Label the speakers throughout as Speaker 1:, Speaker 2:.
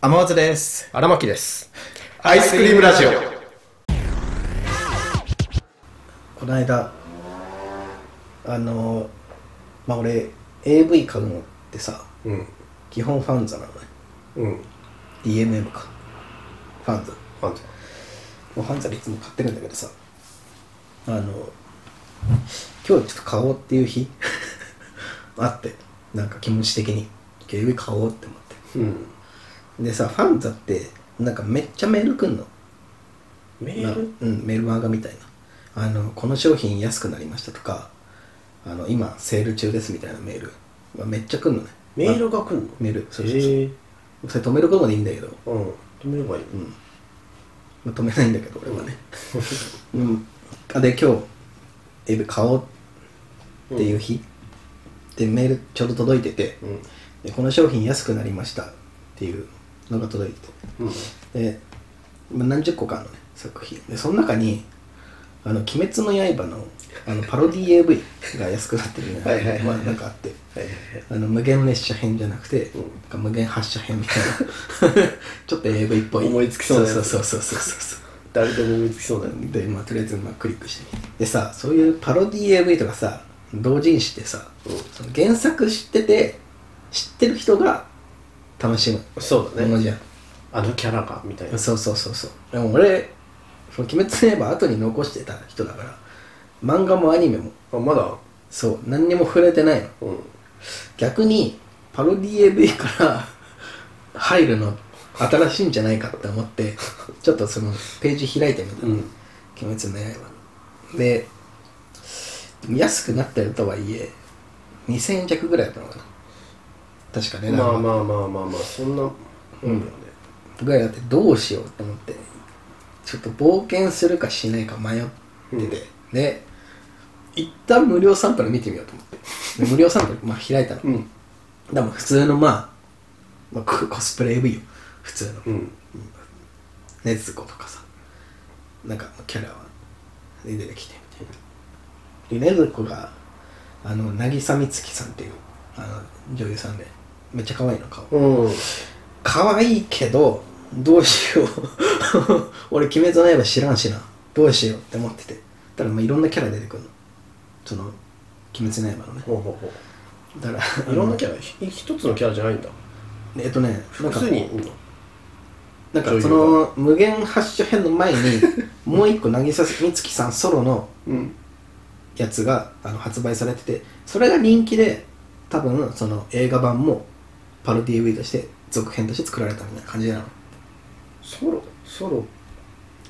Speaker 1: 天松です。
Speaker 2: 荒牧です。
Speaker 1: アイスクリームラジオ
Speaker 3: この間あのまあ俺 AV 買うのってさ
Speaker 2: うん。
Speaker 3: 基本ファンザなのね
Speaker 2: うん。
Speaker 3: DMM かファンザも
Speaker 2: ファンザ。
Speaker 3: うファンザでいつも買ってるんだけどさあの今日ちょっと買おうっていう日 あってなんか気持ち的に AV 買おうって思って
Speaker 2: うん。
Speaker 3: でさファンザってなんかめっちゃメールくんの
Speaker 2: メ
Speaker 3: なうん、メールマガみたいなあのこの商品安くなりましたとかあの今セール中ですみたいなメール、まあ、めっちゃ来んのね
Speaker 2: メー
Speaker 3: ま
Speaker 2: ルが来んの
Speaker 3: あメールそうそうそう、
Speaker 2: ええ。
Speaker 3: それ止めることでいいんだけど、
Speaker 2: うん。止めればいい。うん。
Speaker 3: まあ、止めないんだけど俺はね、うん、あで今日エビ買おうっていう日、でメールちょうど届いてて、
Speaker 2: うん。
Speaker 3: でこの商品安くなりましたっていうのが届いてて
Speaker 2: うん。
Speaker 3: でまあ何十個かあるのね作品でその中に「あの鬼滅の刃の」あのパロディ AV が安くなってるみたい
Speaker 2: はいはいはい
Speaker 3: なまあなんかあって
Speaker 2: はいはい
Speaker 3: あの無限列車編じゃなくて、
Speaker 2: うん
Speaker 3: なんか無限発車編みたい なちょっと AV っぽい
Speaker 2: 思いつきそうなやつ
Speaker 3: そうそうそうそうそうそう
Speaker 2: 誰でも思いつきそうだよね。
Speaker 3: で、まあ、とりあえず、まあ、クリックしてみてでさそういうパロディ AV とかさ同人誌ってさ、
Speaker 2: うん
Speaker 3: その原作知ってて知ってる人が楽しむ
Speaker 2: そうだ
Speaker 3: もの
Speaker 2: ね。
Speaker 3: じゃん
Speaker 2: あのキャラが、みたいな。
Speaker 3: そうそうそうそうでも俺「その鬼滅の刃」後に残してた人だから漫画もアニメも
Speaker 2: あ、まだ
Speaker 3: そう何にも触れてないの
Speaker 2: うん。
Speaker 3: 逆にパロディ AV から入るの新しいんじゃないかって思ってちょっとそのページ開いてみた
Speaker 2: う
Speaker 3: の
Speaker 2: ん。
Speaker 3: 「鬼滅の刃」で安くなったよとはいえ2000円弱ぐらいだったのかな確かね
Speaker 2: まあまあまあまあまあ、そんな。うんだよね。
Speaker 3: ぐらいだってどうしようと思ってちょっと冒険するかしないか迷ってて、で一旦無料サンプル見てみようと思ってで無料サンプル、まあ、開いたの、
Speaker 2: うん。
Speaker 3: でも普通のまあ、まあ、ココスプレ AV よ普通の
Speaker 2: うん。
Speaker 3: 禰豆子とかさなんかキャラは出てきてみたいなで禰豆子があの渚美月さんっていうあの女優さんでめっちゃ可愛いの顔
Speaker 2: うん。
Speaker 3: 可愛いけどどう しよう俺鬼滅の刃知らんしなどうしようって思っててたらまあいろんなキャラ出てくるのその鬼滅の刃のね
Speaker 2: ほうほうほ
Speaker 3: だか
Speaker 2: う。
Speaker 3: ら
Speaker 2: いろんなキ
Speaker 3: ャ
Speaker 2: ャラ、ひ一つのキャラじゃないんだ。
Speaker 3: ラえっとねな
Speaker 2: 普
Speaker 3: んか
Speaker 2: 通にいんの。
Speaker 3: なんかその無限発射編の 前にもう一個渚美月さんソロの
Speaker 2: うん。
Speaker 3: やつがあの発売されててそれが人気で多分その映画版もパロディー V として続編として作られたみたいな感じなの
Speaker 2: ソロソロ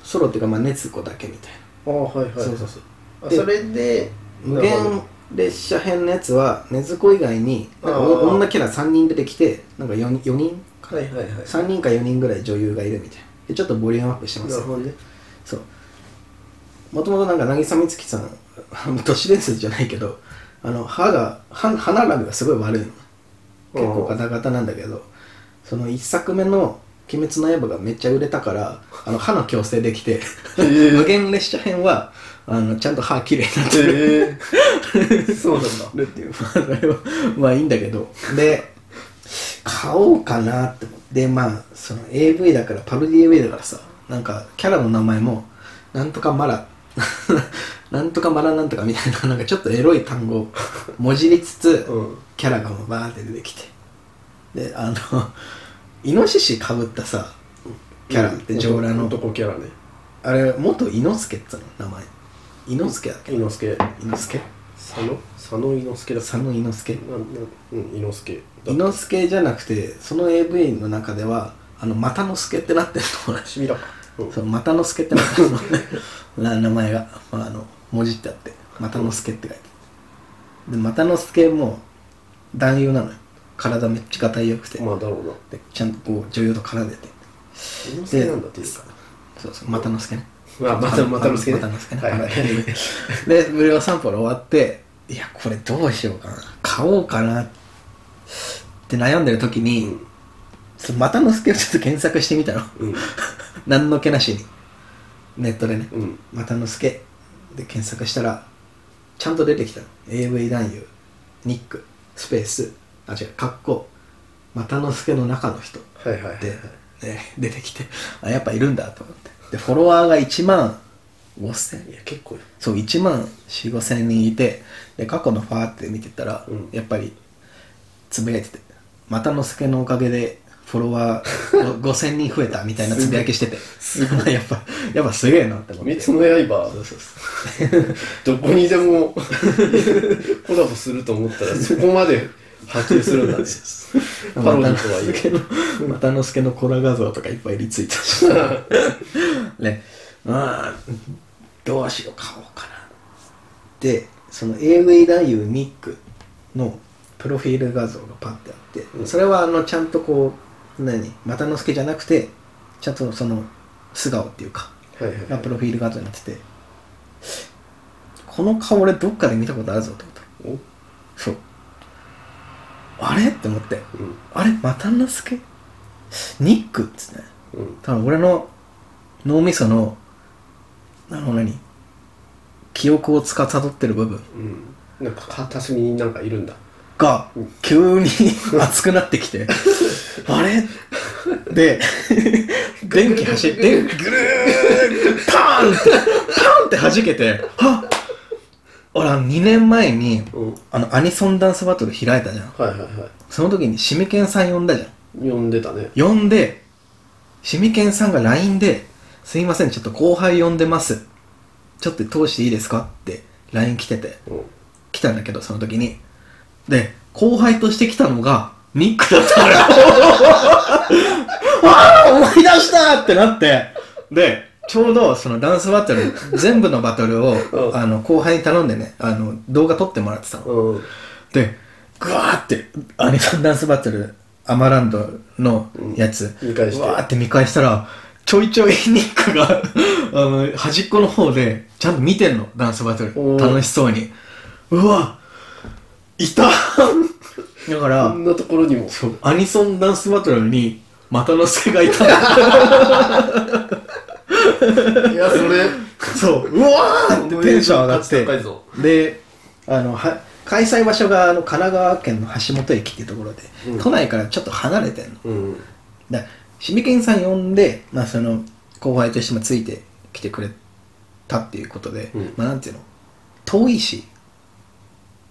Speaker 3: ソロっていうかまあ熱子だけみたいな、
Speaker 2: ああ、はいはい。
Speaker 3: そうそうそう
Speaker 2: あそれで、
Speaker 3: 無限列車編のやつは禰豆子以外になんかお
Speaker 2: あー
Speaker 3: 女キャラ3人出てきてなんか 4, 四人
Speaker 2: はいはいはい。
Speaker 3: 3人か4人ぐらい女優がいるみたいなでちょっとボリュームアップしてま
Speaker 2: な
Speaker 3: す
Speaker 2: る
Speaker 3: よ
Speaker 2: ほどね。
Speaker 3: そうもともとなんか渚美月さん都市伝説じゃないけどあの歯が歯歯並びがすごい悪いの結構ガタガタなんだけどその1作目の「鬼滅の刃」がめっちゃ売れたからあの歯の矯正できて 無限列車編はあのちゃんと歯綺麗になってる
Speaker 2: えー、 そうなんだ。
Speaker 3: るっていう まあそれはまあいいんだけどで買おうかなって思ってでまあその AV だからパロディ AV だからさなんかキャラの名前もなんとかマラ なんとかマラなんとかみたいな なんかちょっとエロい単語をもじりつつ、
Speaker 2: うん。
Speaker 3: キャラがもうバーって出てきてであのイノシシかぶったさキャラって上裸の
Speaker 2: 男キャラね。
Speaker 3: あれ元イノスケっつうの名前イノスケだっけ
Speaker 2: 伊之助。
Speaker 3: イノスケ
Speaker 2: 佐野佐野伊之助だ。
Speaker 3: 佐野イノスケ
Speaker 2: なんなんうん、伊之助。
Speaker 3: 伊之助じゃなくてその AV の中ではあの又之助ってなってるの俺
Speaker 2: しみらか。うん
Speaker 3: そう又之助ってなってるのねな名前が、まあ、あの文字ってあって又之助って書いてあるで又之助も男優なのよ体めっちゃ硬いよくて、
Speaker 2: まあだろうな。
Speaker 3: でちゃんとこう女優と絡んでて
Speaker 2: 伊之助なんだっていうか。
Speaker 3: そうそう又之助ね
Speaker 2: まあ、また、またの助ね。
Speaker 3: 又之助ね
Speaker 2: はいはい。
Speaker 3: で無料散歩終わっていやこれどうしようかな買おうかなって悩んでる時に、
Speaker 2: うん
Speaker 3: その又之助をちょっと検索してみたの
Speaker 2: うん。
Speaker 3: 何の気なしにネットでね
Speaker 2: うん。
Speaker 3: 又之助で検索したらちゃんと出てきたの AV 男優ニックスペースあ違う格好又之助の中の人
Speaker 2: はいはいはいはい。
Speaker 3: でで出てきてあやっぱいるんだと思ってでフォロワーが1万5000
Speaker 2: いや結構よ
Speaker 3: そう1万4 5千人いてで過去のファーって見てたら、
Speaker 2: うん
Speaker 3: やっぱりつぶやいてて「またのすけのおかげでフォロワー 5000人増えた」みたいなつぶやきしてて やっぱやっぱすげえなって思って
Speaker 2: 鬼滅の
Speaker 3: そう
Speaker 2: 刃
Speaker 3: そうそう
Speaker 2: どこにでも コラボすると思ったらそこまで波及するんだ ねパロディとはいえ
Speaker 3: え又之助のコラ画像とかいっぱいリツイートしてねまあどうしよう買おうかなでその AV 男優ニックのプロフィール画像がパッてあって、
Speaker 2: うん
Speaker 3: それはあのちゃんとこう何又之助じゃなくてちゃんとその素顔っていうか
Speaker 2: はいはい
Speaker 3: がプロフィール画像になっててこの顔俺どっかで見たことあるぞと思った
Speaker 2: おうん
Speaker 3: そうあれって思ってあれまたのすけニックっつってね
Speaker 2: うん
Speaker 3: 多分俺の脳みそのあの何記憶を司ってる部分
Speaker 2: うんなんか片隅になんかいるんだ
Speaker 3: が
Speaker 2: うん
Speaker 3: 急に 熱くなってきてあれで電気走って電気ぐるーってパーンってパーンって弾けてはっ俺あの2年前に
Speaker 2: うん
Speaker 3: あのアニソンダンスバトル開いたじゃん
Speaker 2: はいはいは
Speaker 3: その時にシミケンさん呼んだじゃん
Speaker 2: い呼んでたね
Speaker 3: 呼んで、シミケンさんが LINE で、すいません、ちょっと後輩呼んでます。ちょっと通していいですかって LINE 来てて、
Speaker 2: うん
Speaker 3: 来たんだけど、その時に。で、後輩として来たのが、ニックだったの よ。ああ思い出したってなって。で、ちょうどそのダンスバトル、全部のバトルを
Speaker 2: う、ん
Speaker 3: あの、後輩に頼んでね、あの、動画撮ってもらってたの。
Speaker 2: うん
Speaker 3: でグワーってアニ ソンダンスバトルアマランドのやつ、
Speaker 2: うん見返して
Speaker 3: うわーって見返したらちょいちょいニックが あの端っこの方でちゃんと見てんのダンスバト
Speaker 2: お
Speaker 3: ル
Speaker 2: ー
Speaker 3: 楽しそうにうわいただか
Speaker 2: こ
Speaker 3: ら
Speaker 2: んなところにも
Speaker 3: そうアニソンダンスバトルに又之助がいたの
Speaker 2: いやそ れ
Speaker 3: そううわー ってテンション上がっ
Speaker 2: 思い出の価値高い
Speaker 3: て
Speaker 2: ぞ
Speaker 3: であのは開催場所があの神奈川県の橋本駅っていうところで、
Speaker 2: うん
Speaker 3: 都内からちょっと離れてんの
Speaker 2: うん
Speaker 3: だからシミケンさん呼んで、まあ、その後輩としてもついてきてくれたっていうことで、
Speaker 2: うん
Speaker 3: まあなんていうの遠いし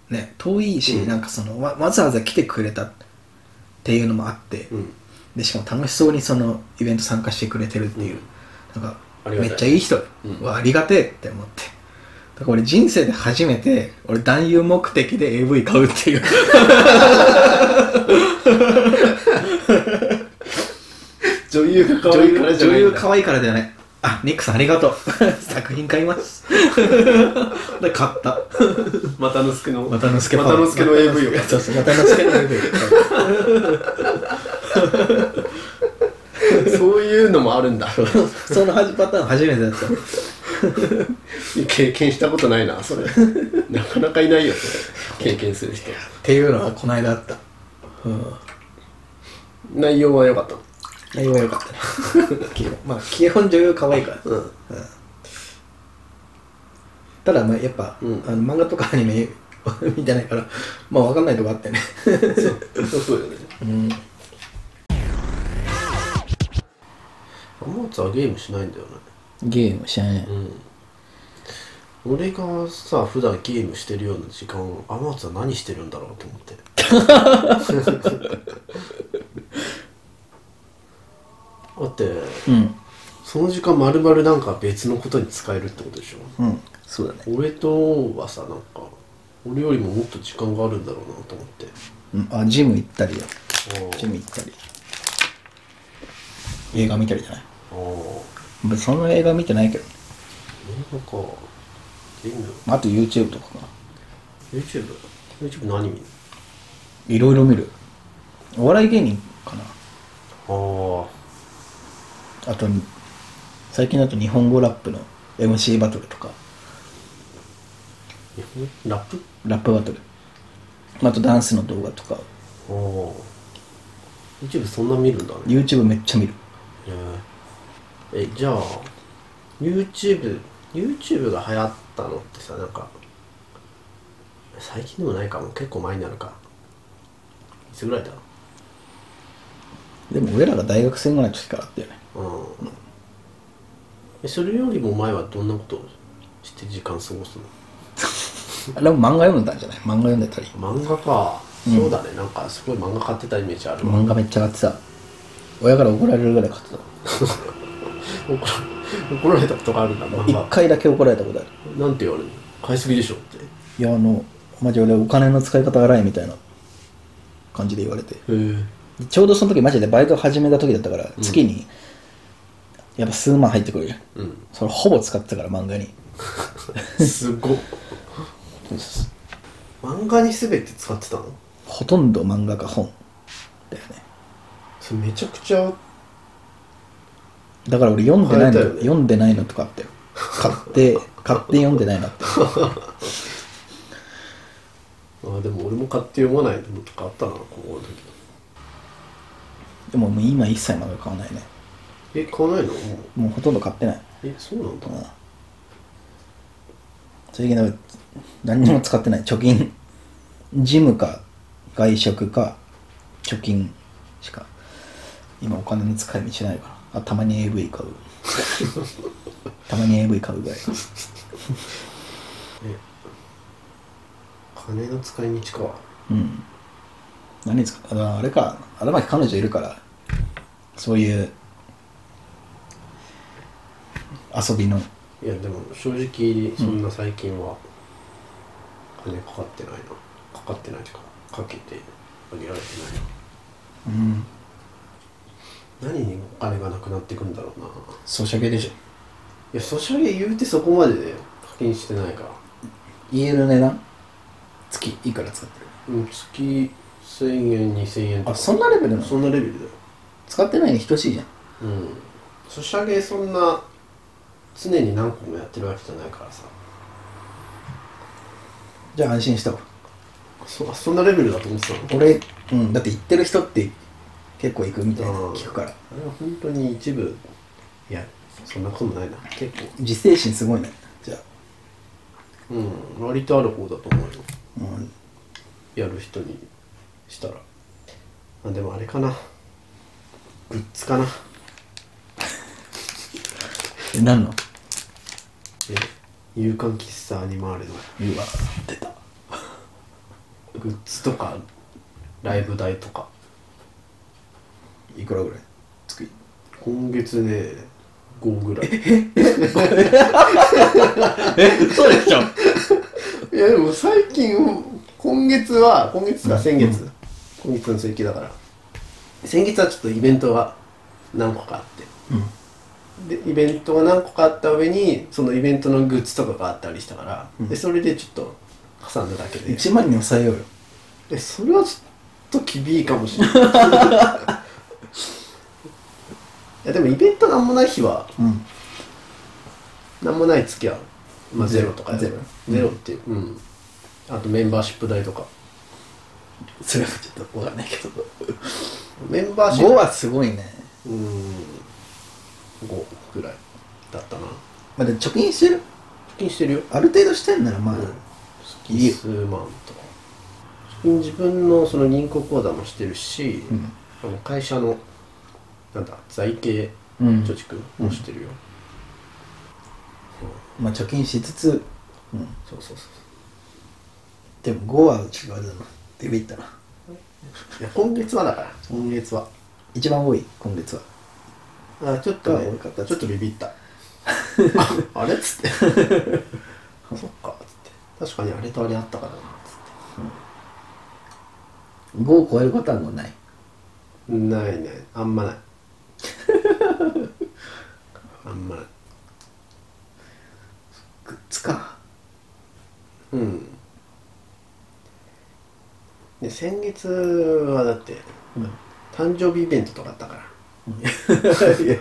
Speaker 3: ね遠いし、
Speaker 2: うん
Speaker 3: なんかそのわわざわざ来てくれたっていうのもあって、
Speaker 2: うん
Speaker 3: でしかも楽しそうにそのイベント参加してくれてるっていう、なんか
Speaker 2: ありがた
Speaker 3: め
Speaker 2: い
Speaker 3: っちゃいい人、
Speaker 2: うん
Speaker 3: うわありがてえって思ってだから俺人生で初めて俺男優目的で AV 買うっていう
Speaker 2: 女優が可
Speaker 3: 女
Speaker 2: 愛いから
Speaker 3: 優
Speaker 2: じゃ
Speaker 3: 女
Speaker 2: ない
Speaker 3: 優
Speaker 2: んだ
Speaker 3: 可愛いからではないあニックさんありが とう作品買います で買った
Speaker 2: またのすけの
Speaker 3: またのすけ
Speaker 2: またの すけの AV を
Speaker 3: そうそうまたのすけの AV
Speaker 2: そういうのもあるんだ
Speaker 3: そのパターン初めてだった
Speaker 2: 経験したことないなそれなかなかいないよそれ経験する人
Speaker 3: っていうのはこの間あったうん
Speaker 2: 内容は良かったの
Speaker 3: 内容は良かった ね基本まあ基本女優可愛いから
Speaker 2: うん
Speaker 3: ただまあやっぱ、
Speaker 2: うん
Speaker 3: あの漫画とかアニメ見てないからまあ分かんないとこあってね
Speaker 2: そうそうよね
Speaker 3: うん
Speaker 2: モーツはゲームしないんだよね
Speaker 3: ゲームしない
Speaker 2: うん俺がさ普段ゲームしてるような時間をアマーツは何してるんだろうと思 ってだって
Speaker 3: うん
Speaker 2: その時間まるまるなんか別のことに使えるってことでしょ
Speaker 3: うんそうだね、
Speaker 2: 俺とはさなんか俺よりももっと時間があるんだろうなと思って
Speaker 3: うん、あジム行ったりよジ
Speaker 2: あ
Speaker 3: ム行ったり映画見たりじゃない
Speaker 2: あー
Speaker 3: 別にその映画見てないけど、
Speaker 2: 映画かゲーム
Speaker 3: あと YouTube とかかな
Speaker 2: YouTubeYouTube 何見る
Speaker 3: いろいろ見るお笑い芸人かな
Speaker 2: あ
Speaker 3: あと最近だと日本語ラップの MC バトルとか
Speaker 2: あラップ
Speaker 3: ラップバトルあとダンスの動画とか
Speaker 2: ああ YouTube そんな見るんだね
Speaker 3: YouTube めっちゃ見る
Speaker 2: へええじゃあ YouTubeYouTube が流行ったのってさなんか最近でもないかも結構前になるかいつぐらいだ
Speaker 3: でも俺らが大学生ぐらいの時からあったよね
Speaker 2: うんえそれよりも前はどんなことをして時間過ごすの
Speaker 3: あれも漫画読んだんじゃない漫画読んでたり
Speaker 2: 漫画か、そうだねなんかすごい漫画買ってたイメージあるわ、
Speaker 3: 漫画めっちゃ買ってた親から怒られるぐらい買ってた
Speaker 2: 怒ら 怒られたことがあるんだ漫
Speaker 3: 一
Speaker 2: 画
Speaker 3: 回だけ怒られたことある
Speaker 2: なんて言われるの買いすぎでしょってへ
Speaker 3: いやあのマジ俺お金の使い方荒いみたいな感じで言われて
Speaker 2: え
Speaker 3: ちょうどその時マジでバイト始めた時だったから月にやっぱ数万入ってくるじゃん
Speaker 2: うん
Speaker 3: それほぼ使ってたから漫画に
Speaker 2: すごっ漫画に全て使ってたの
Speaker 3: ほとんど漫画か本だよね
Speaker 2: それめちゃくちゃ
Speaker 3: だから俺読んでない
Speaker 2: 買えた
Speaker 3: の、
Speaker 2: よね
Speaker 3: 読んでないのとかあったよ買って買って読んでないのって
Speaker 2: あでも俺も買って読まないのとかあったな高校の時
Speaker 3: でももう今一切漫画買わないね
Speaker 2: え買わないのもう
Speaker 3: もうほとんど買ってない
Speaker 2: えそうなんだ
Speaker 3: うん最近だから何にも使ってない貯金ジムか外食か貯金しか今お金の使い道ないからあたまに AV 買うたまに AV 買うぐらい
Speaker 2: 金の使い道か
Speaker 3: うん何ですかああれか荒牧彼女いるからそういう遊びの
Speaker 2: いやでも正直そんな最近は金かかってないな、かかってないというかかけてあげられて
Speaker 3: うん
Speaker 2: ないな何にお金がなくなっていくんだろうない
Speaker 3: ソシャゲでしょ
Speaker 2: やソシャゲ言うてそこまでで課金してないから
Speaker 3: 家の値段月いくら使ってる
Speaker 2: うん月1000円2000円と
Speaker 3: あ
Speaker 2: か
Speaker 3: そんなレベルなの
Speaker 2: そんなレベルだよ
Speaker 3: 使ってないに等しいじゃん
Speaker 2: うんソシャゲそんな常に何個もやってるわけじゃないからさ
Speaker 3: じゃあ安心したわ
Speaker 2: そあそんなレベルだと思ってたの
Speaker 3: 俺、うん、だって行ってる人って結構行くみたいなの聞くから
Speaker 2: あれは本当に一部いやそんなことないな結構
Speaker 3: 自制心すごいねじゃあ
Speaker 2: うん割とある方だと思うよ
Speaker 3: うん
Speaker 2: やる人にしたらあでもあれかなグッズかな
Speaker 3: え何の
Speaker 2: え勇敢喫茶アニマールの
Speaker 3: 言うわ出た
Speaker 2: グッズとかライブ代とか
Speaker 3: いくらぐらい月
Speaker 2: 今月ね5ぐらい
Speaker 3: え嘘でしょ
Speaker 2: いやでも最近今月は今月か先月、今月の水期だから先月はちょっとイベントが何個かあって、でイベントが何個かあった上にそのイベントのグッズとかがあったりしたから、でそれでちょっと挟んだだけで
Speaker 3: 1万に抑えようよ
Speaker 2: えそれはちょっと厳しいかもしれないいやでもイベントなんもない日は
Speaker 3: うん
Speaker 2: なんもない月は、まあ、ゼロとかや
Speaker 3: ゼロ
Speaker 2: ゼロっていううんあとメンバーシップ代とか
Speaker 3: それはちょっとわかんないけど
Speaker 2: メンバーシップ
Speaker 3: 5はすごいね
Speaker 2: うーん5ぐらいだったな
Speaker 3: まあでも貯金してる
Speaker 2: 貯金してるよ
Speaker 3: ある程度してんならまあ、
Speaker 2: うん
Speaker 3: いいよ
Speaker 2: 数万とか貯金自分のその銀行口座もしてるし、
Speaker 3: ん
Speaker 2: あの会社のなんだ財形
Speaker 3: うん
Speaker 2: 貯蓄もしてるよ、
Speaker 3: まあ貯金しつつ、うん、
Speaker 2: そうそうそう
Speaker 3: でも5はちょっとあれだなビビったない
Speaker 2: や今月はだから今月は
Speaker 3: 一番多い今月は
Speaker 2: あちょっとね
Speaker 3: が多かった
Speaker 2: ちょっとビビった ああれっつってそっかっつって確かにあれとあれあったからなっつって
Speaker 3: 5を超えることはもうない
Speaker 2: ないねあんまないあんまない
Speaker 3: グッズか
Speaker 2: うんで先月はだって、
Speaker 3: うん
Speaker 2: 誕生日イベントとかあったからいや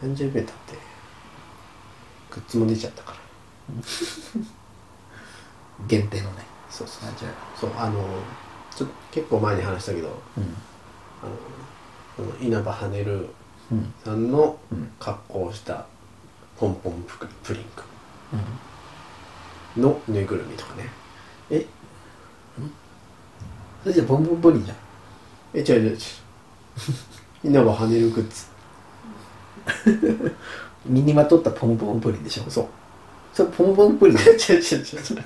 Speaker 2: 誕生日イベントあってグッズも出ちゃったから
Speaker 3: 限定のね
Speaker 2: そうそう
Speaker 3: あじゃあ
Speaker 2: そうあのちょっと結構前に話したけど
Speaker 3: うん
Speaker 2: あのこの稲葉跳ねる
Speaker 3: うん
Speaker 2: さんの
Speaker 3: うん
Speaker 2: 格好をしたポンポンププリンクのぬいぐるみとかね
Speaker 3: えそれじゃボンボンボニーじゃん
Speaker 2: え違う違う違う 稲葉跳ねるグッズ
Speaker 3: 身にまとったポンポンプリンでしょ
Speaker 2: そう
Speaker 3: それポンポンプリン
Speaker 2: 違う違う違う違う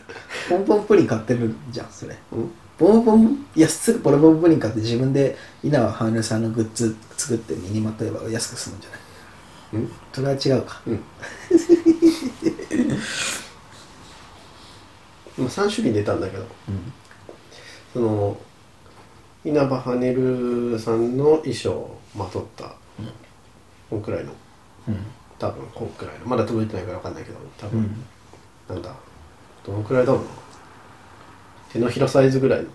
Speaker 3: ポンポンプリン買ってるじゃんそれ
Speaker 2: うん
Speaker 3: ボンボンいやすぐボンボンプリン買って自分で稲葉羽生さんのグッズ作って身にまとえば安く済むんじゃない
Speaker 2: うん
Speaker 3: それは違うか
Speaker 2: まあ3種類出たんだけど、その稲葉跳ねるさんの衣装をまとったこんくらいの、多分こんくらいのまだ届いてないから分かんないけど多分、なんだどのくらいだろうな手のひらサイズぐらい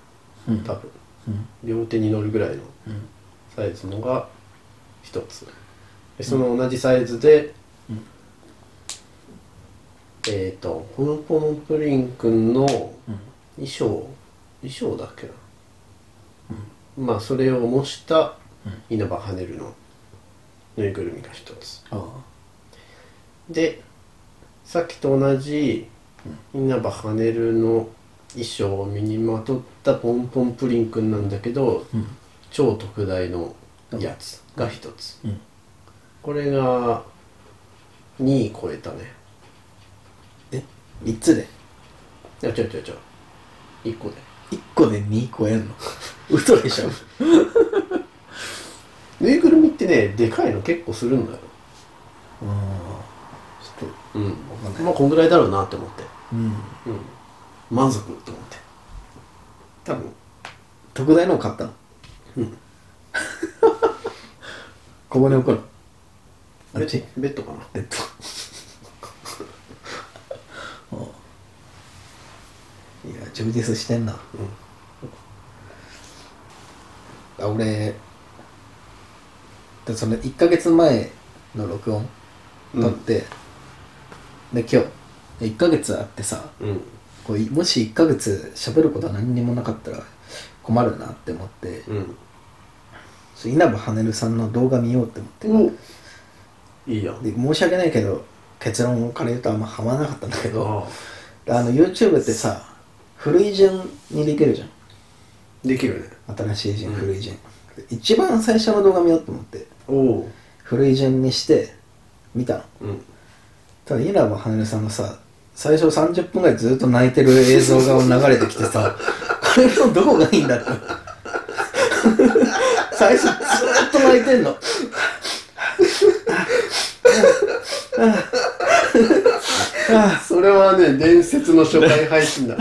Speaker 2: の多分、両手に乗るぐらいのサイズのが一つでその同じサイズで、えっ、とポンポンプリンくんの衣装衣装だっけな、まあそれを模した稲葉跳ねるのぬいぐるみが一つ
Speaker 3: ああ
Speaker 2: でさっきと同じ稲葉跳ねるの衣装を身にまとったポンポンプリンくんなんだけど、超特大のやつが一つ、
Speaker 4: うん
Speaker 2: これが2位超えたね
Speaker 3: 3つで
Speaker 2: いや違う違う違う1個で
Speaker 3: 1個で2個やるの嘘でしょ
Speaker 2: ぬいぐるみってねでかいの結構するんだよ
Speaker 3: あ
Speaker 2: ちょっとうん
Speaker 3: かんない
Speaker 2: まあこんぐらいだろうなって思って、
Speaker 3: あうん
Speaker 2: うん、満足と思って多分
Speaker 3: 特大のを買ったの
Speaker 2: うん
Speaker 3: ここに置くのあ
Speaker 2: ベ
Speaker 3: っち
Speaker 2: ッベッドかな
Speaker 3: えっ といや充実してんなあ俺でその1ヶ月前の録音
Speaker 2: うん
Speaker 3: 撮って、で今日1ヶ月あってさ
Speaker 2: うんうん
Speaker 3: こういもし1ヶ月喋ることは何にもなかったら困るなって思って、
Speaker 2: うん
Speaker 3: そう稲葉羽生さんの動画見ようって思って、
Speaker 2: いいやん
Speaker 3: で申し訳ないけど結論から言うとあんまハマらなかったんだけど
Speaker 2: あ
Speaker 3: あの YouTube ってさ古い順にできるじゃ
Speaker 2: あできるね
Speaker 3: ん新しい順古い順、一番最初の動画見ようと思って
Speaker 2: おお
Speaker 3: 古い順にして見たの
Speaker 2: うん
Speaker 3: ただ稲葉羽生さんのさ最初30分ぐらいずっと泣いてる映像が流れてきて さこれのどこがいいんだって最初ずっと泣いてんの
Speaker 2: それはね伝説の初回配信 だ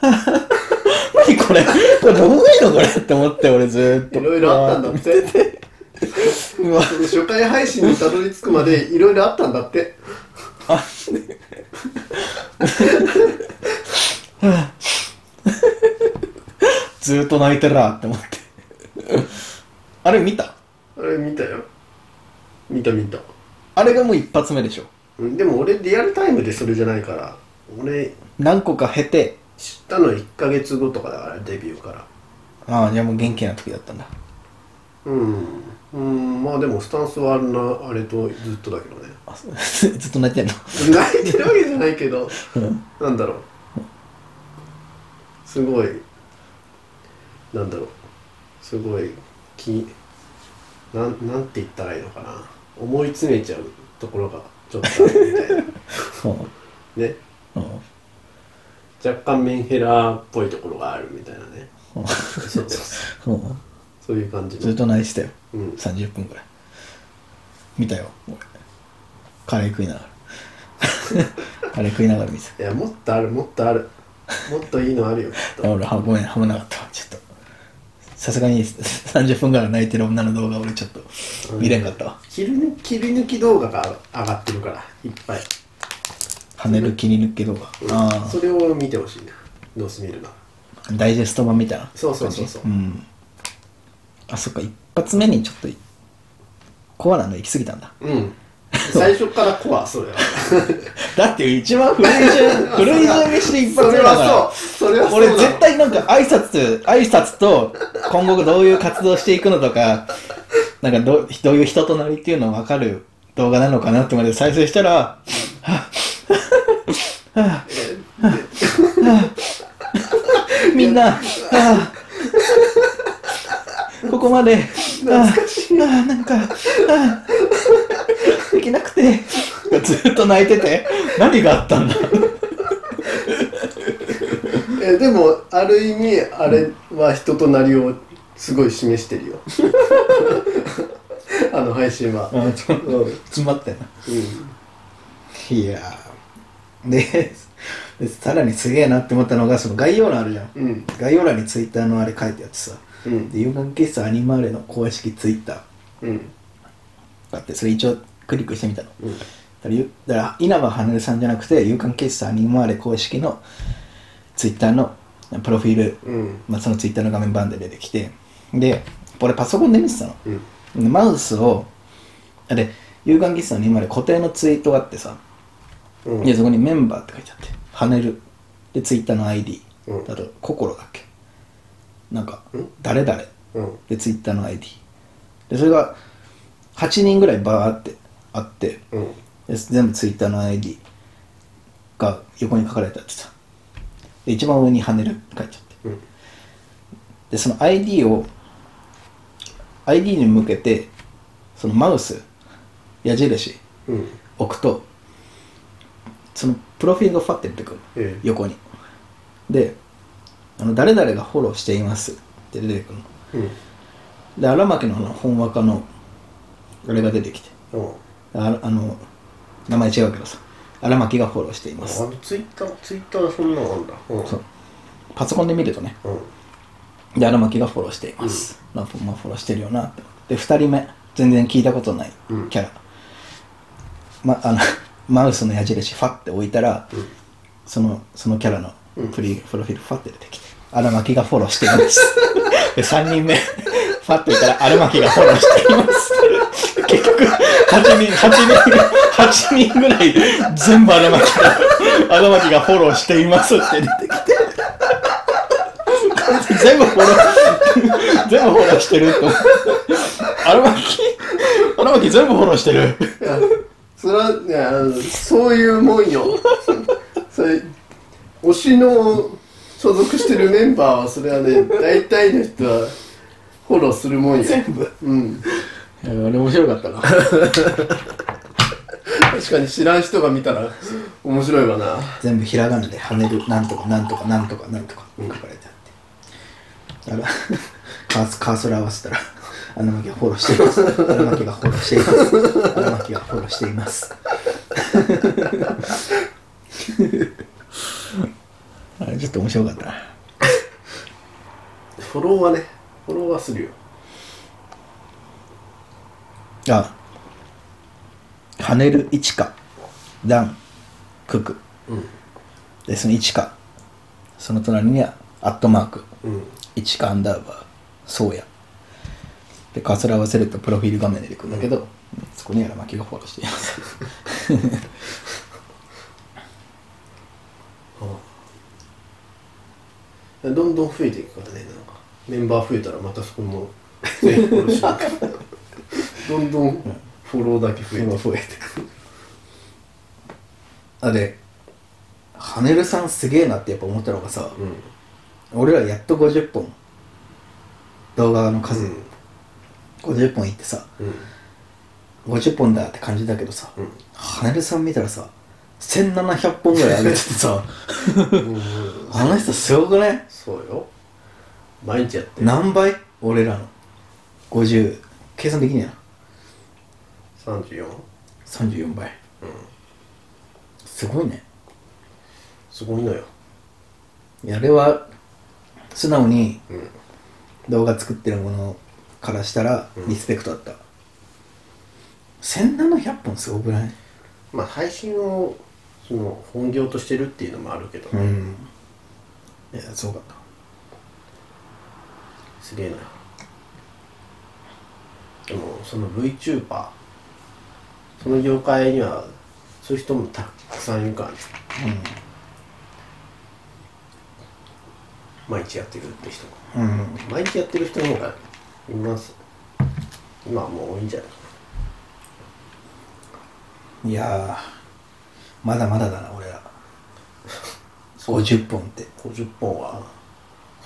Speaker 4: 何これこれどこがいいのこれって思って俺ずーっ
Speaker 2: い
Speaker 4: と
Speaker 2: ろいろ あったんだって
Speaker 4: うわ
Speaker 2: その初回配信にたどり着くまでいろいろあったんだって
Speaker 4: ずーっと泣いてるなって思ってあれ見た
Speaker 2: あれ見たよ見た見た
Speaker 4: あれがもう一発目でしょ
Speaker 2: うんでも俺リアルタイムでそれじゃないから俺
Speaker 4: 何個か経て
Speaker 2: 知ったの1ヶ月後とかだからデビューから
Speaker 4: ああじゃあもう元気な時だったんだ
Speaker 2: うん、うん、まあでもスタンスはあんなあれとずっとだけどね
Speaker 4: あそう ずっと泣いてんの
Speaker 2: 泣いてるわけじゃないけどなんだろうすごいなんだろうすごいきなんなんて言ったらいいのかな思い詰めちゃうところがちょっとあるみ たいな
Speaker 4: そう
Speaker 2: ね
Speaker 4: うん
Speaker 2: 若干メンヘラっぽいところがあるみたいなねそうそうそう
Speaker 4: うん
Speaker 2: そういう感じ
Speaker 4: ずっ
Speaker 2: の、
Speaker 4: と泣いてたよ
Speaker 2: うん、
Speaker 4: 30分ぐらい見たよ俺カレー食いながら カレー食いながら見て
Speaker 2: いやもっとあるもっとあるもっといいのあるよきったと
Speaker 4: いや俺はごめんハマんなかったわちょっとさすがに30分ぐらい泣いてる女の動画俺ちょっと見れんかったわ
Speaker 2: 切り抜切り抜き動画が上がってるからいっぱい
Speaker 4: 跳ねる切り抜け動画あ
Speaker 2: それを見てほしいなどうせ見るな
Speaker 4: あダイジェスト版みたいな
Speaker 2: そうそうそうそう
Speaker 4: うんあそっか一発目にちょっとコアなの行き過ぎた んだ
Speaker 2: うん最初からコアそれは
Speaker 4: だって一番古い順古い順にして一
Speaker 2: そ
Speaker 4: 発目
Speaker 2: れ
Speaker 4: だから
Speaker 2: はそうそれはそ う
Speaker 4: 俺
Speaker 2: なの
Speaker 4: 絶対なんか挨拶挨拶と今後どういう活動していくのとかなんかどうどういう人となりっていうのを分かる動画なのかなってまで再生したらみんなあ
Speaker 3: こまで懐かしいあーあーなんかあーできなくてずっと泣いてて何があったんだ
Speaker 2: えでもある意味あれは人となりをすごい示してるよ あの配信は、
Speaker 3: あちょっと
Speaker 2: うん
Speaker 3: 詰まったよないいやーででさらにすげえなって思ったのがその概要欄あるじゃん
Speaker 2: うんうん
Speaker 3: 概要欄にツイッターのあれ書いてあってさ
Speaker 2: うん
Speaker 3: で「有感喫茶アニマーレ」の公式ツイッター
Speaker 2: うん
Speaker 3: があってそれ一応クリックしてみたの、だからゆだから稲葉花さんじゃなくて有感喫茶アニマーレ公式のツイッターのプロフィール、
Speaker 2: うん
Speaker 3: まあ、そのツイッターの画面版で出てきてで俺パソコンで見てたの
Speaker 2: うん
Speaker 3: でマウスをで有感喫茶アニマーレ固定のツイートがあってさ、
Speaker 2: うん
Speaker 3: でそこにメンバーって書いてあってパネルでツイッターの ID
Speaker 2: うん
Speaker 3: だと心だっけなんか
Speaker 2: うん
Speaker 3: 誰々
Speaker 2: うん
Speaker 3: でツイッターの ID でそれが8人ぐらいバーってあって
Speaker 2: うん
Speaker 3: で全部ツイッターの ID が横に書かれてあってさで一番上に「跳ねる」って書いてあって
Speaker 2: うん
Speaker 3: でその ID を ID に向けてそのマウス矢印
Speaker 2: うん
Speaker 3: 置くとそのプロフィールがファッて出てくる、
Speaker 2: ええ
Speaker 3: 横にであの「誰々がフォローしています」って出てくるの
Speaker 2: うん
Speaker 3: で荒牧のあの本若のあれが出てきて
Speaker 2: うん
Speaker 3: ああの名前違うけどさ荒牧がフォローしています
Speaker 2: あツイッターツイッターそんなのあんだうん
Speaker 3: そうパソコンで見るとね
Speaker 2: うん
Speaker 3: で荒牧がフォローしています、まあフォまあフォローしてるよなってで2人目全然聞いたことない
Speaker 2: うん
Speaker 3: キャラ、まあの マウスの矢印ファッて置いたら、そのそのキャラのプリ、プロフィールファッて出てきて荒牧がフォローしています で3人目ファッて置いたら荒牧がフォローしています 結局8人8人8人ぐらい全部荒牧が荒牧がフォローしていますって出てきて全部フォロー全部フォローしてると思って荒牧荒牧全部フォローしてる
Speaker 2: いやそれはねあのそういうも んよそれ推しの所属してるメンバーはそれはね大体の人はフォローするもんよ全部うん
Speaker 3: あれ面白かったな
Speaker 2: 確かに知らん人が見たら面白いわな
Speaker 3: 全部ひらがなで跳ねるなんとかなんとかなんとかなんとか書かれてあってあらカースカーソル合わせたら荒牧がフォローしています荒牧がフォローしています荒牧がフォローしています あれちょっと面白かったな
Speaker 2: フォローはねフォローはするよ
Speaker 3: あ跳ねるいちかダンクク、でそのいちかその隣にはアットマーク
Speaker 2: うん
Speaker 3: いちかアンダーバーそうやでカーソル合わせるとプロフィール画面出てくるんだけど、そこに荒牧がフォローしています
Speaker 2: どんどん増えていくからねなんかメンバー増えたらまたそこも全員フォローしなきゃ どんどんフォローだけ増えていく
Speaker 3: 増えてくるあで跳ねるさんすげえなってやっぱ思ったのがさ、
Speaker 2: うん
Speaker 3: 俺らやっと50本動画の数、50本いってさ
Speaker 2: うん
Speaker 3: 50本だって感じだけどさ、
Speaker 2: うん
Speaker 3: 羽根さん見たらさ1700本ぐらい上げててさあの人すごくね
Speaker 2: そうよ毎日やってる
Speaker 3: 何倍俺らの50計算できねえな
Speaker 2: 34
Speaker 3: 34倍、すごいね
Speaker 2: すごいのよ
Speaker 3: いやあれは素直に
Speaker 2: ん
Speaker 3: 動画作ってるものからしたらリスペクトだった、1700本すごくない
Speaker 2: まあ配信をその本業としてるっていうのもあるけど、
Speaker 3: んいやすごかった
Speaker 2: すげえなでもその VTuber その業界にはそういう人もたくさんいるからね、毎日やってるって人も
Speaker 3: うん
Speaker 2: 毎日やってる人の方がいます今はもう多いんじゃないか
Speaker 3: いやーまだまだだな俺ら50本って
Speaker 2: な50本は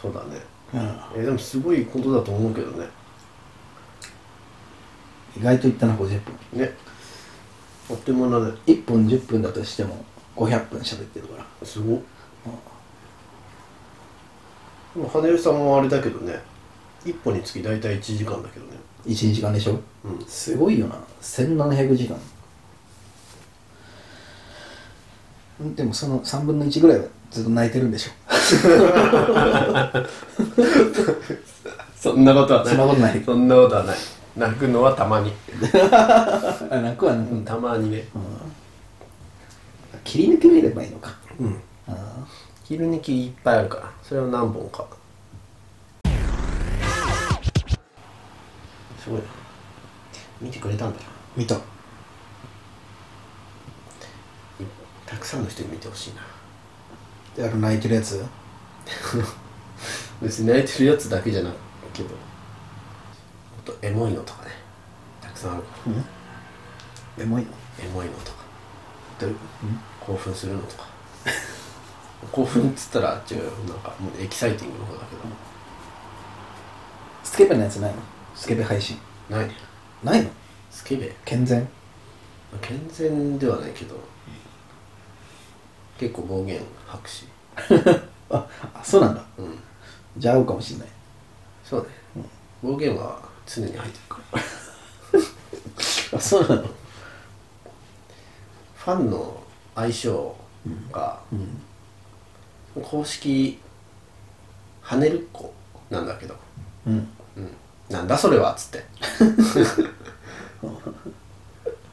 Speaker 2: そうだね
Speaker 3: うん
Speaker 2: えでもすごいことだと思うけどね
Speaker 3: 意外といったな50分
Speaker 2: ねあっという間だね
Speaker 3: 1本10分だとしても500分喋ってるから
Speaker 2: すごっでも羽生さんもあれだけどね一歩につき大体1時間だけどね
Speaker 3: 1時間でしょ
Speaker 2: うん
Speaker 3: すごいよな1700時間んでもその3分の1ぐらいはずっと泣いてるんでしょ
Speaker 2: そんなことは
Speaker 3: そんなことない
Speaker 2: そんなことはない泣くのはたまに
Speaker 3: あ泣くは泣くんだ
Speaker 2: たまにね
Speaker 3: 切り抜けれればいいのか
Speaker 2: うん
Speaker 3: あ
Speaker 2: 昼にきいっぱいあるからそれを何本かすごいな見てくれたんだな
Speaker 3: ー見た
Speaker 2: たくさんの人に見てほしいな
Speaker 3: であの泣いてるやつ
Speaker 2: 別に泣いてるやつだけじゃないけどもっとエモいのとかねたくさんあるから
Speaker 3: エモい
Speaker 2: エモいのとかどういう興奮するのとか 興奮っつったらあっちはなんかもうエキサイティングの方だけど
Speaker 3: スケベのやつないのスケベ配信
Speaker 2: ないね
Speaker 3: ないの
Speaker 2: スケベ
Speaker 3: 健全
Speaker 2: 健全ではないけど結構暴言吐くし
Speaker 3: ああそうなんだ
Speaker 2: うん
Speaker 3: じゃあ合うかもしんない
Speaker 2: そうね、暴言は常に入ってるから
Speaker 3: あそうなの
Speaker 2: ファンの相性が、公式跳ねる子なんだけど、
Speaker 3: うん
Speaker 2: うん、なんだそれはっ つって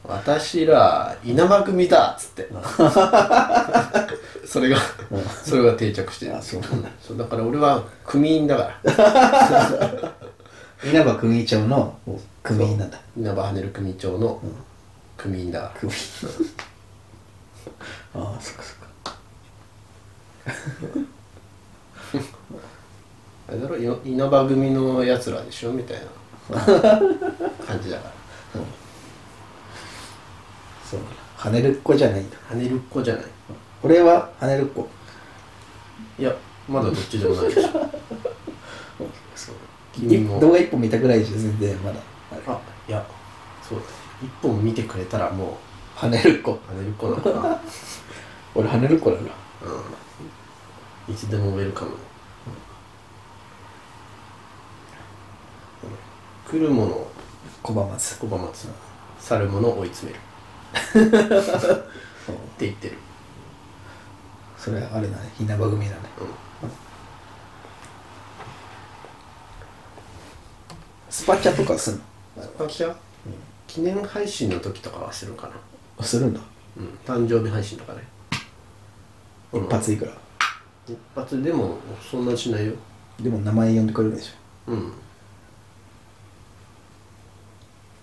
Speaker 2: 私ら稲葉組だっつって それがそれが定着してる
Speaker 3: あそう
Speaker 2: そうだから俺は組員だから
Speaker 3: 稲葉組長の組員なんだ
Speaker 2: 稲葉跳ねる組長の組員だから
Speaker 3: 組員 ああそっかそっか
Speaker 2: あれだろよ稲葉組のやつらでしょみたいな感じだから
Speaker 3: そう跳ねるっ子じゃないんだ
Speaker 2: 跳ねるっ子じゃない
Speaker 3: 俺は跳ねるっ子
Speaker 2: いやまだどっちでもないでしょ君
Speaker 3: い動
Speaker 2: も
Speaker 3: 画一本見たぐらいじゃ全然まだあれ
Speaker 2: あいやそうだ一本見てくれたらも
Speaker 3: 跳ねるっ子
Speaker 2: う跳ねるっ子なのかな
Speaker 3: 俺跳ねるっ子だな
Speaker 2: うんいつでもウェルカム、来るものを
Speaker 3: 小松
Speaker 2: 拒まず去るものを追い詰める って言ってる
Speaker 3: それはあれだね稲葉組だね
Speaker 2: うん
Speaker 3: スパチャとかすん
Speaker 2: あきゃ記念配信の時とかはするかな
Speaker 3: のするんだ
Speaker 2: うん誕生日配信とかね
Speaker 3: 一発いくら
Speaker 2: 一発でもそんなしないよ
Speaker 3: でも名前呼んでくれるでし
Speaker 2: うん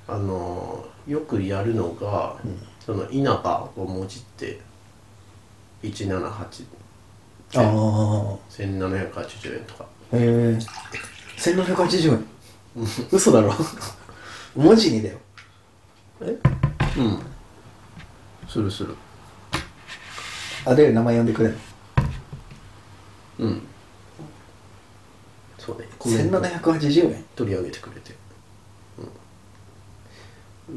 Speaker 2: あのーよくやるのが、その稲葉をもじって178
Speaker 3: ょあ
Speaker 2: 1780円とか
Speaker 3: あへえ1780円 嘘だろ文字にだよ
Speaker 2: えうんするする
Speaker 3: あで名前呼んでくれる
Speaker 2: うんそうねコメント
Speaker 3: 1780円
Speaker 2: 取り上げてくれてうんう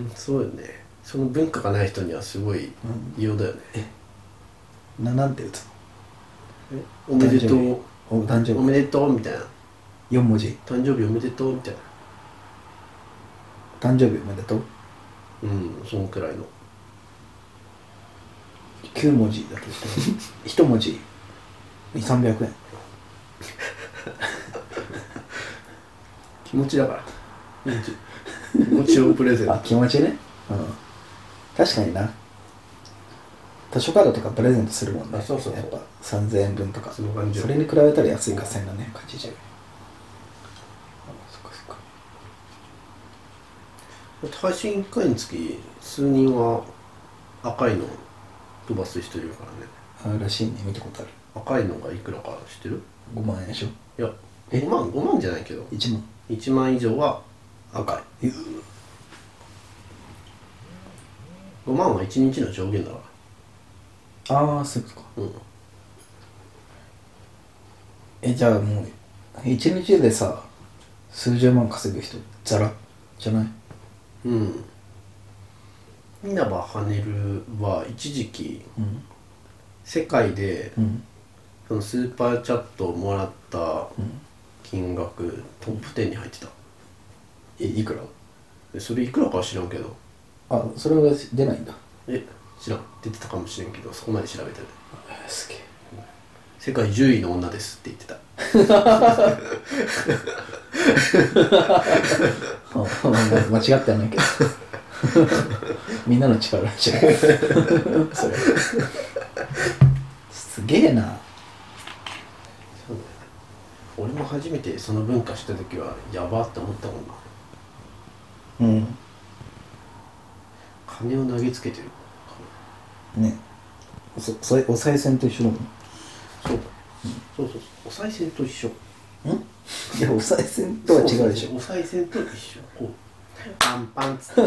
Speaker 2: ーんそうよねその文化がない人にはすごい異様だよね、
Speaker 3: ななんて打つ
Speaker 2: えおめでと
Speaker 3: 誕生
Speaker 2: う
Speaker 3: のお誕生
Speaker 2: お
Speaker 3: 日
Speaker 2: めでとうみたいな
Speaker 3: 4文字
Speaker 2: 誕生日おめでとうみたいな
Speaker 3: 誕生日おめで とう
Speaker 2: うんそのくらいの
Speaker 3: 9文字だと しても1文字2300円
Speaker 2: 気持ちだから気持ち気持ちをプレゼン
Speaker 3: あ
Speaker 2: ト
Speaker 3: 気持ちねうん確かにな図書カードとかプレゼントするもんね
Speaker 2: あそうそうそう
Speaker 3: やっぱ3000円分とか
Speaker 2: その感じよ
Speaker 3: れに比べたら安いか1780円あそっかそっか
Speaker 2: 配信1回につき数人は赤いの飛ばす人いるからね
Speaker 3: あらしいね見たことある
Speaker 2: 赤いのがいくらか知ってる
Speaker 3: 5万円でしょ
Speaker 2: いや5万5万じゃないけど
Speaker 3: 1万
Speaker 2: 1万以上は赤い5万は1日の上限だか
Speaker 3: ああそういうことから
Speaker 2: うん
Speaker 3: えじゃあもう1日でさ数十万稼ぐ人ザラじゃない
Speaker 2: うん稲葉ハネルは一時期、
Speaker 3: ん
Speaker 2: 世界で
Speaker 3: うん
Speaker 2: そのスーパーチャットをもらった金額、トップ10に入ってた
Speaker 3: えいくら
Speaker 2: でそれいくらかは知らんけど
Speaker 3: あそれは出ないんだ
Speaker 2: え知らん出てたかもしれんけどそこまで調べてない
Speaker 3: すげえ
Speaker 2: 世界10位の女ですって言ってた
Speaker 3: 間違っては ないけどみんなの力じゃないそれすげえな
Speaker 2: 俺も初めてその文化した時はやばって思ったもんな
Speaker 3: うん
Speaker 2: 金を投げつけてる
Speaker 3: ねそそれお賽銭と一緒だもん
Speaker 2: そうそうそうそうお賽銭と一緒
Speaker 3: いやお賽銭とは違うでしょ
Speaker 2: そうそうそうお賽銭と一緒こうパンパンっつって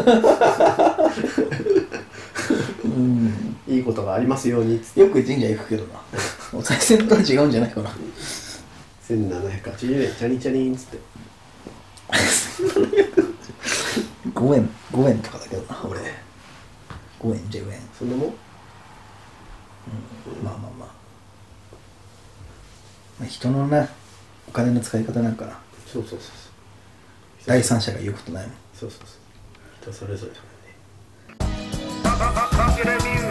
Speaker 3: うん
Speaker 2: いいことがありますようにっつって
Speaker 3: よく神社行くけどなお賽銭とは違うんじゃないかな
Speaker 2: 1780円チャリンチャリンっつって
Speaker 3: 5円5円とかだけどな俺5円10円
Speaker 2: そんなもん
Speaker 3: まあまあまあまあ人のなお金の使い方なんかな
Speaker 2: そうそうそうそう
Speaker 3: 第三者が言うことないもん
Speaker 2: そうそうそう人それぞれだも
Speaker 5: 「
Speaker 2: んね
Speaker 5: かけれミュージ